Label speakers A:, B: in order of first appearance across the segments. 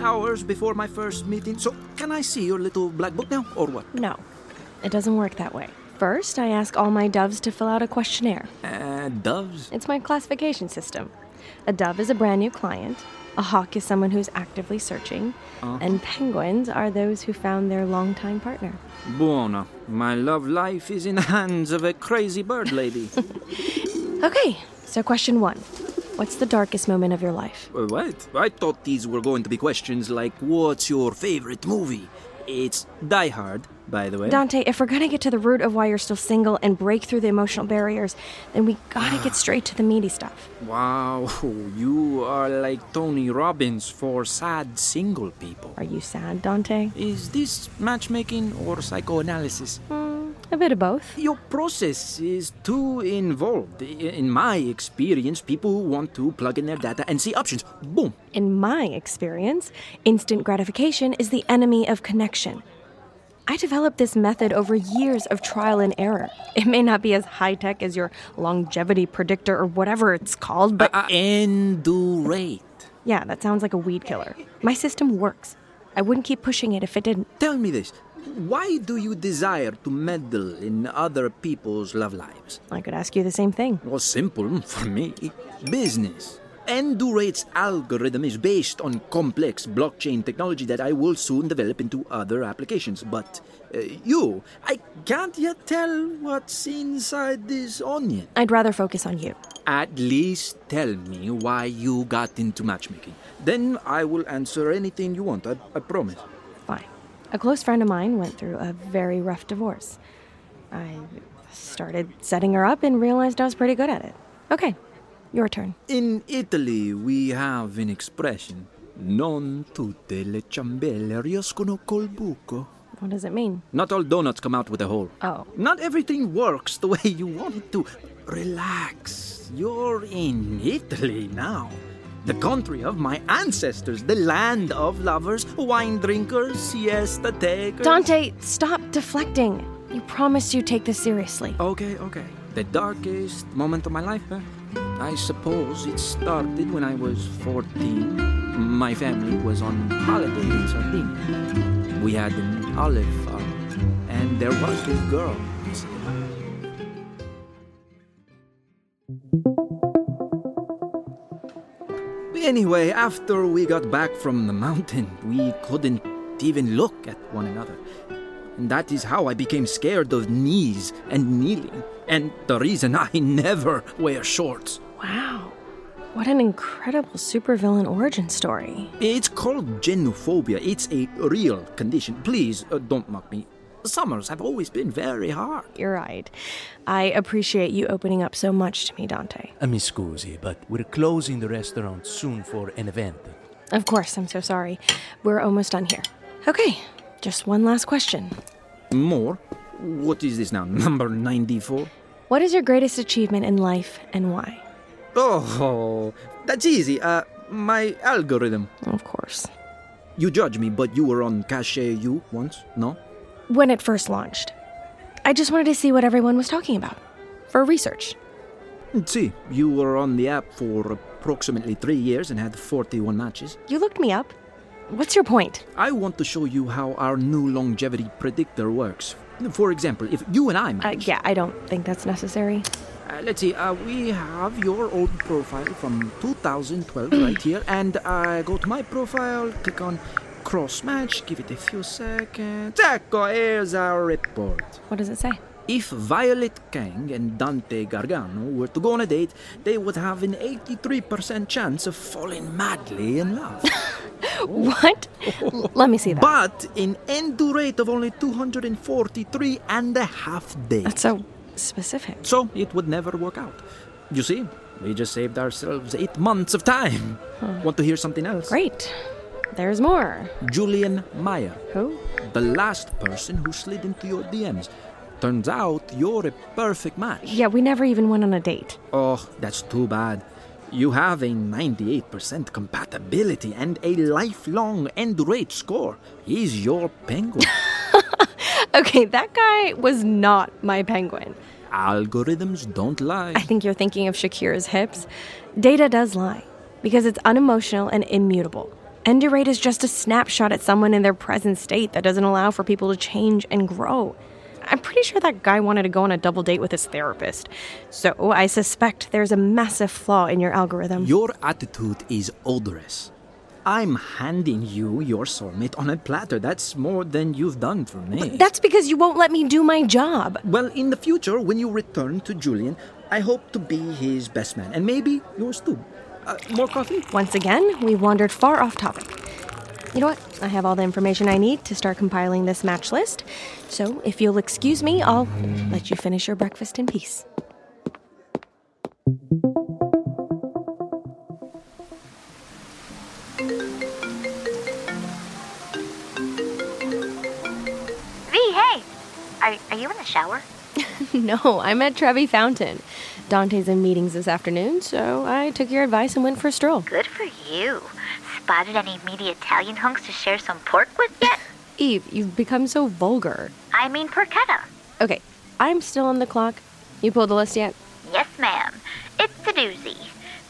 A: hours before my first meeting, so can I see your little black book now, or what?
B: No, it doesn't work that way. First, I ask all my doves to fill out a questionnaire.
A: Uh, doves?
B: It's my classification system. A dove is a brand new client, a hawk is someone who's actively searching, and penguins are those who found their longtime partner.
A: Buona. My love life is in the hands of a crazy bird lady.
B: Okay, so question one What's the darkest moment of your life?
A: Uh, what? I thought these were going to be questions like, what's your favorite movie? It's Die Hard, by the way.
B: Dante, if we're gonna get to the root of why you're still single and break through the emotional barriers, then we gotta get straight to the meaty stuff.
A: wow, you are like Tony Robbins for sad single people.
B: Are you sad, Dante?
A: Is this matchmaking or psychoanalysis?
B: A bit of both.
A: Your process is too involved. I- In my experience, people want to plug in their data and see options. Boom.
B: In my experience, instant gratification is the enemy of connection. I developed this method over years of trial and error. It may not be as high tech as your longevity predictor or whatever it's called,
A: Uh.
B: but
A: Endurate.
B: yeah, that sounds like a weed killer. My system works. I wouldn't keep pushing it if it didn't.
A: Tell me this. Why do you desire to meddle in other people's love lives?
B: I could ask you the same thing.
A: Well, simple for me. Business. Endurate's algorithm is based on complex blockchain technology that I will soon develop into other applications. But uh, you, I can't yet tell what's inside this onion.
B: I'd rather focus on you.
A: At least tell me why you got into matchmaking. Then I will answer anything you want, I, I promise.
B: Fine. A close friend of mine went through a very rough divorce. I started setting her up and realized I was pretty good at it. Okay, your turn.
A: In Italy, we have an expression Non tutte le ciambelle riescono col buco.
B: What does it mean?
A: Not all donuts come out with a hole.
B: Oh.
A: Not everything works the way you want it to. Relax. You're in Italy now. The country of my ancestors, the land of lovers, wine drinkers, siesta takers.
B: Dante, stop deflecting. You promised you'd take this seriously.
A: Okay, okay. The darkest moment of my life, huh? I suppose it started when I was 14. My family was on holiday in Sardinia. We had an olive farm, and there was this girl. Anyway, after we got back from the mountain, we couldn't even look at one another. And that is how I became scared of knees and kneeling, and the reason I never wear shorts.
B: Wow. What an incredible supervillain origin story.
A: It's called genophobia. It's a real condition. Please uh, don't mock me. Summers have always been very hard.
B: You're right. I appreciate you opening up so much to me, Dante.
C: Uh, mi scusi, but we're closing the restaurant soon for an event.
B: Of course, I'm so sorry. We're almost done here. Okay, just one last question.
A: More? What is this now? Number 94?
B: What is your greatest achievement in life and why?
A: Oh, that's easy. Uh, my algorithm.
B: Of course.
A: You judge me, but you were on Cache U once, no?
B: When it first launched, I just wanted to see what everyone was talking about for research.
A: See, you were on the app for approximately three years and had 41 matches.
B: You looked me up. What's your point?
A: I want to show you how our new longevity predictor works. For example, if you and I
B: Uh,
A: match,
B: yeah, I don't think that's necessary.
A: uh, let's see, uh, we have your old profile from 2012 right here, and I go to my profile, click on cross match, give it a few seconds. Ecco, here's our report.
B: What does it say?
A: If Violet Kang and Dante Gargano were to go on a date, they would have an 83% chance of falling madly in love.
B: What? L- Let me see that.
A: but an endo rate of only 243 and a half days.
B: That's so specific.
A: So it would never work out. You see, we just saved ourselves eight months of time. Want to hear something else?
B: Great. There's more.
A: Julian Meyer,
B: Who?
A: the last person who slid into your DMs. Turns out you're a perfect match.
B: Yeah, we never even went on a date.
A: Oh, that's too bad. You have a 98% compatibility and a lifelong end rate score. He's your penguin.
B: Okay, that guy was not my penguin.
A: Algorithms don't lie.
B: I think you're thinking of Shakira's hips. Data does lie because it's unemotional and immutable. Endurate is just a snapshot at someone in their present state that doesn't allow for people to change and grow. I'm pretty sure that guy wanted to go on a double date with his therapist. So I suspect there's a massive flaw in your algorithm.
A: Your attitude is odorous. I'm handing you your soulmate on a platter. That's more than you've done for me.
B: That's because you won't let me do my job.
A: Well, in the future, when you return to Julian, I hope to be his best man, and maybe yours too. Uh, more coffee?
B: Once again, we wandered far off topic. You know what? I have all the information I need to start compiling this match list. So if you'll excuse me, I'll let you finish your breakfast in peace.
D: V, hey! Are, are you in the shower?
B: no, I'm at Trevi Fountain. Dante's in meetings this afternoon, so I took your advice and went for a stroll.
D: Good for you. Spotted any meaty Italian hunks to share some pork with yet?
B: Eve, you've become so vulgar.
D: I mean porchetta.
B: Okay, I'm still on the clock. You pulled the list yet?
D: Yes, ma'am. It's a doozy.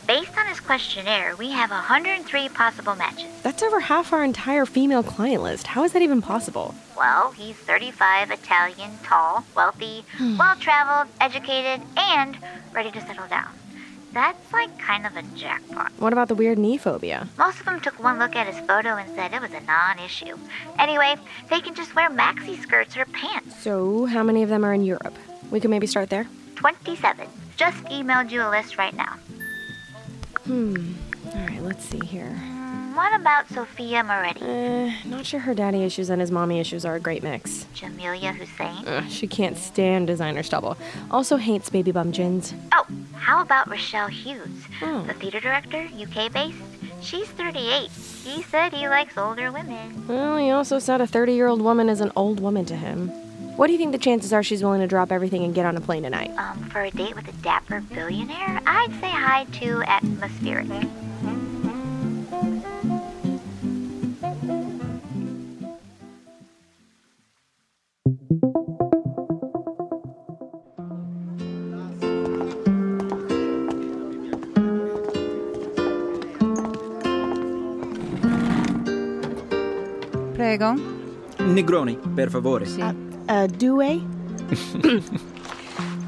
D: Based on his questionnaire, we have 103 possible matches.
B: That's over half our entire female client list. How is that even possible?
D: Well, he's 35, Italian, tall, wealthy, well traveled, educated, and ready to settle down. That's like kind of a jackpot.
B: What about the weird knee phobia?
D: Most of them took one look at his photo and said it was a non issue. Anyway, they can just wear maxi skirts or pants.
B: So, how many of them are in Europe? We could maybe start there.
D: 27. Just emailed you a list right now.
B: All right, let's see here.
D: What about Sophia Moretti?
B: Uh, not sure her daddy issues and his mommy issues are a great mix.
D: Jamelia Hussein?
B: Ugh, she can't stand designer stubble. Also hates baby bum gins.
D: Oh, how about Rochelle Hughes,
B: Oh.
D: the theater director, UK based? She's 38. He said he likes older women.
B: Well, he also said a 30 year old woman is an old woman to him. What do you think the chances are she's willing to drop everything and get on a plane tonight?
D: Um, for a date with a dapper billionaire, I'd say hi to atmospheric.
E: Prego.
A: Negroni, per favore.
B: A duet?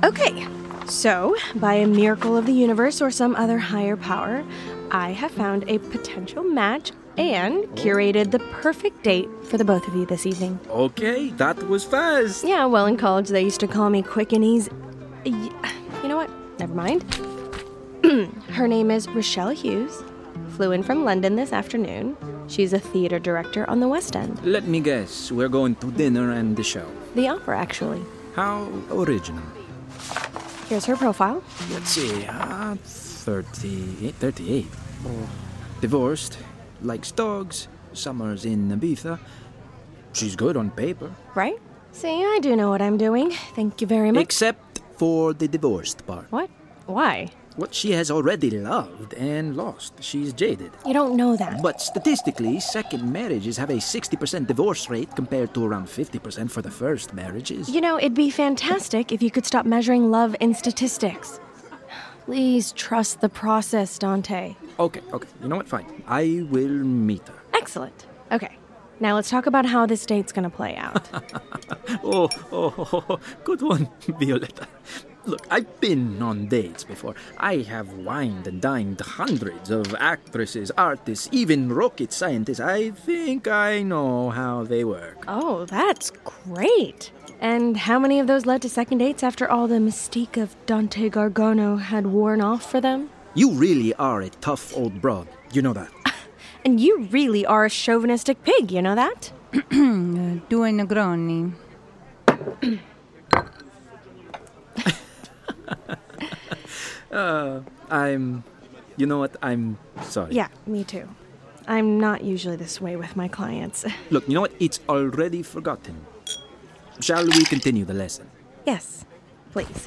B: okay, so by a miracle of the universe or some other higher power, I have found a potential match and curated the perfect date for the both of you this evening.
A: Okay, that was fast.
B: Yeah, well, in college they used to call me Quick and Easy. You know what? Never mind. Her name is Rochelle Hughes. Flew in from London this afternoon. She's a theater director on the West End,
A: Let me guess, we're going to dinner and the show.
B: the opera actually.
A: How original.
B: Here's her profile.
A: Let's see, uh, 38, 38. Divorced, likes dogs, summers in Ibiza. She's good on paper.
B: Right? See, I do know what I'm doing. Thank you very much.
A: Except for the divorced part.
B: what? Why?
A: What she has already loved and lost. She's jaded.
B: You don't know that.
A: But statistically, second marriages have a 60% divorce rate compared to around 50% for the first marriages.
B: You know, it'd be fantastic if you could stop measuring love in statistics. Please trust the process, Dante.
A: Okay, okay. You know what? Fine. I will meet her.
B: Excellent. Okay. Now let's talk about how this date's gonna play out.
A: Oh, oh, oh, oh, good one, Violetta. Look, I've been on dates before. I have wined and dined hundreds of actresses, artists, even rocket scientists. I think I know how they work.
B: oh, that's great. And how many of those led to second dates after all the mystique of Dante Gargano had worn off for them?
A: You really are a tough old broad. You know that.
B: And you really are a chauvinistic pig, you know that?
E: Uh, due Negroni.
A: I'm. You know what? I'm sorry.
B: Yeah, me too. I'm not usually this way with my clients.
A: Look, you know what? It's already forgotten. Shall we continue the lesson?
B: yes, please.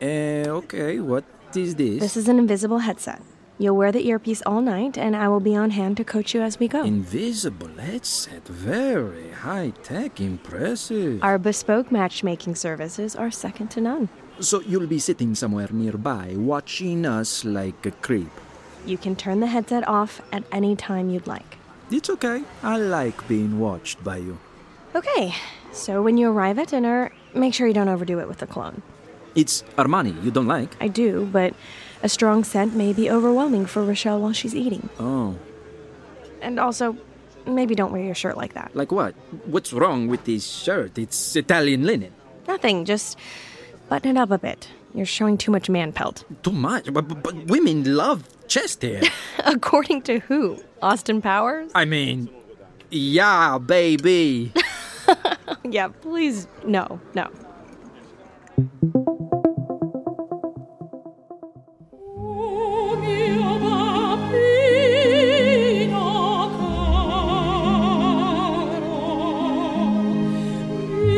A: Uh, okay, what is this?
B: This is an invisible headset. You'll wear the earpiece all night, and I will be on hand to coach you as we go.
A: Invisible headset. Very high tech. Impressive.
B: Our bespoke matchmaking services are second to none.
A: So you'll be sitting somewhere nearby watching us like a creep.
B: You can turn the headset off at any time you'd like.
A: It's okay. I like being watched by you.
B: Okay, so when you arrive at dinner, make sure you don't overdo it with the cologne.
A: It's Armani you don't like.
B: I do, but a strong scent may be overwhelming for Rochelle while she's eating.
A: Oh,
B: And also, maybe don't wear your shirt like that.
A: like what? What's wrong with this shirt? It's Italian linen.
B: Nothing, just button it up a bit. You're showing too much man pelt.
A: Too much. But, but- but women love chest hair.
B: According to who? Austin Powers?
A: I mean, yeah, baby.
B: Yeah, please, no, no.
F: O mio bambino caro, mi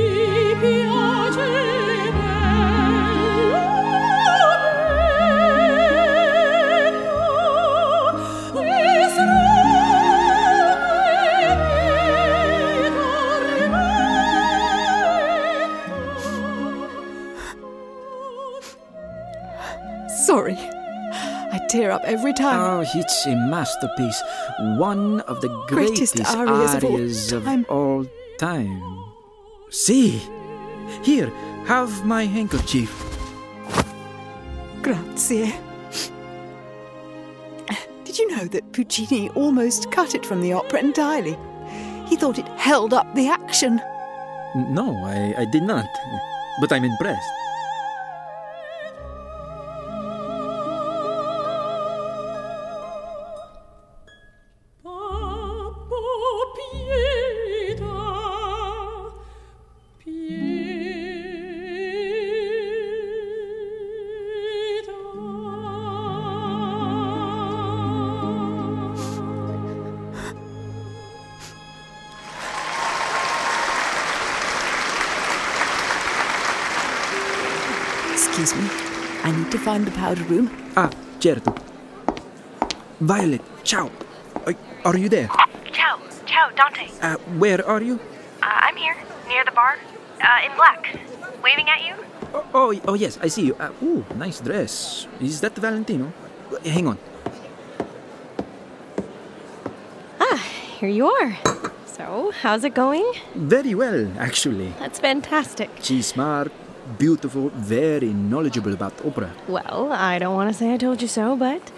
F: piace bello, bello, e
G: Sorry. I tear up every time.
A: Oh, it's a masterpiece. One of the greatest,
G: Greatest arias of all
A: arias of
G: time.
A: all time. See? Here, have my handkerchief.
G: Grazie. Did you know that Puccini almost cut it from the opera entirely? He thought it held up the action.
A: No, I, I did not. But I'm impressed.
F: Babbo, pietà, pietà.
G: Excuse me. I need to find the powder room.
A: Ah, certo. Violet, ciao. Are, are you there?
H: Ciao, ciao, Dante.
A: Uh, where are you?
H: Uh, I'm here, near the bar, uh, in black, waving at you.
A: Oh, oh, oh yes, I see you. Uh, ooh, nice dress. Is that Valentino? Hang on.
B: Here you are. So, how's it going?
A: Very well, actually.
B: That's fantastic.
A: She's smart, beautiful, very knowledgeable about opera.
B: Well, I don't want to say I told you so, but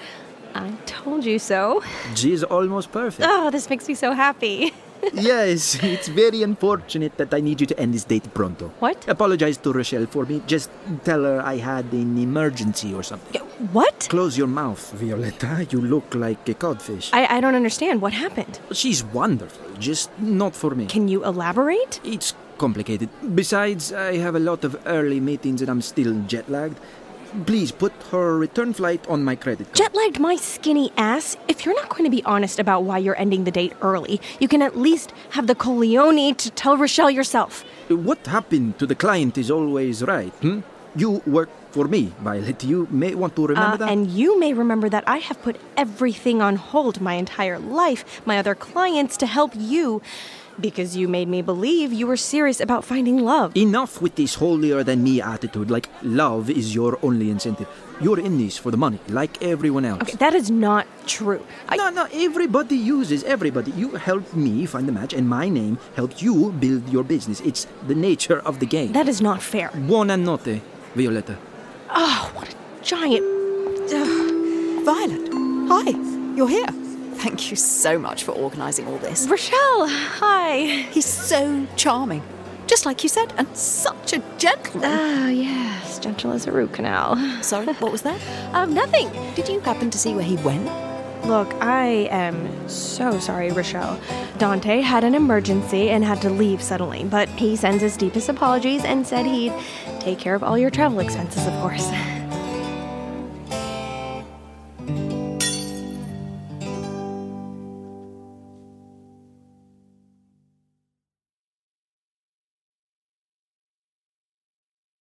B: I told you so.
A: She's almost perfect.
B: Oh, this makes me so happy.
A: yes, it's very unfortunate that I need you to end this date pronto.
B: What?
A: Apologize to Rochelle for me. Just tell her I had an emergency or something.
B: What?
A: Close your mouth, Violetta. You look like a codfish.
B: I, I don't understand. What happened?
A: She's wonderful, just not for me.
B: Can you elaborate?
A: It's complicated. Besides, I have a lot of early meetings and I'm still jet lagged. Please put her return flight on my credit card.
B: Jet lagged my skinny ass. If you're not going to be honest about why you're ending the date early, you can at least have the coglione to tell Rochelle yourself.
A: What happened to the client is always right. Hmm? You work for me, Violet. You may want to remember
B: Uh,
A: that.
B: and you may remember that I have put everything on hold my entire life, my other clients, to help you because you made me believe you were serious about finding love.
A: Enough with this holier than me attitude. Like, love is your only incentive. You're in this for the money, like everyone else.
B: Okay, that is not true. I,
A: No, no, everybody uses everybody. You helped me find the match, and my name helped you build your business. It's the nature of the game.
B: that is not fair. Oh,
A: Buonanotte, Violetta.
B: Giant. Ugh.
G: Violet. Hi. You're here. Thank you so much for organising all this.
B: Rochelle, hi.
G: He's so charming. Just like you said, and such a gentleman.
B: Oh, yes, gentle as a root canal.
G: Sorry, what was that?
B: Ah. Um, nothing.
G: Did you happen to see where he went?
B: Look, I am so sorry, Rochelle. Dante had an emergency and had to leave suddenly, but he sends his deepest apologies and said he'd take care of all your travel expenses, of course.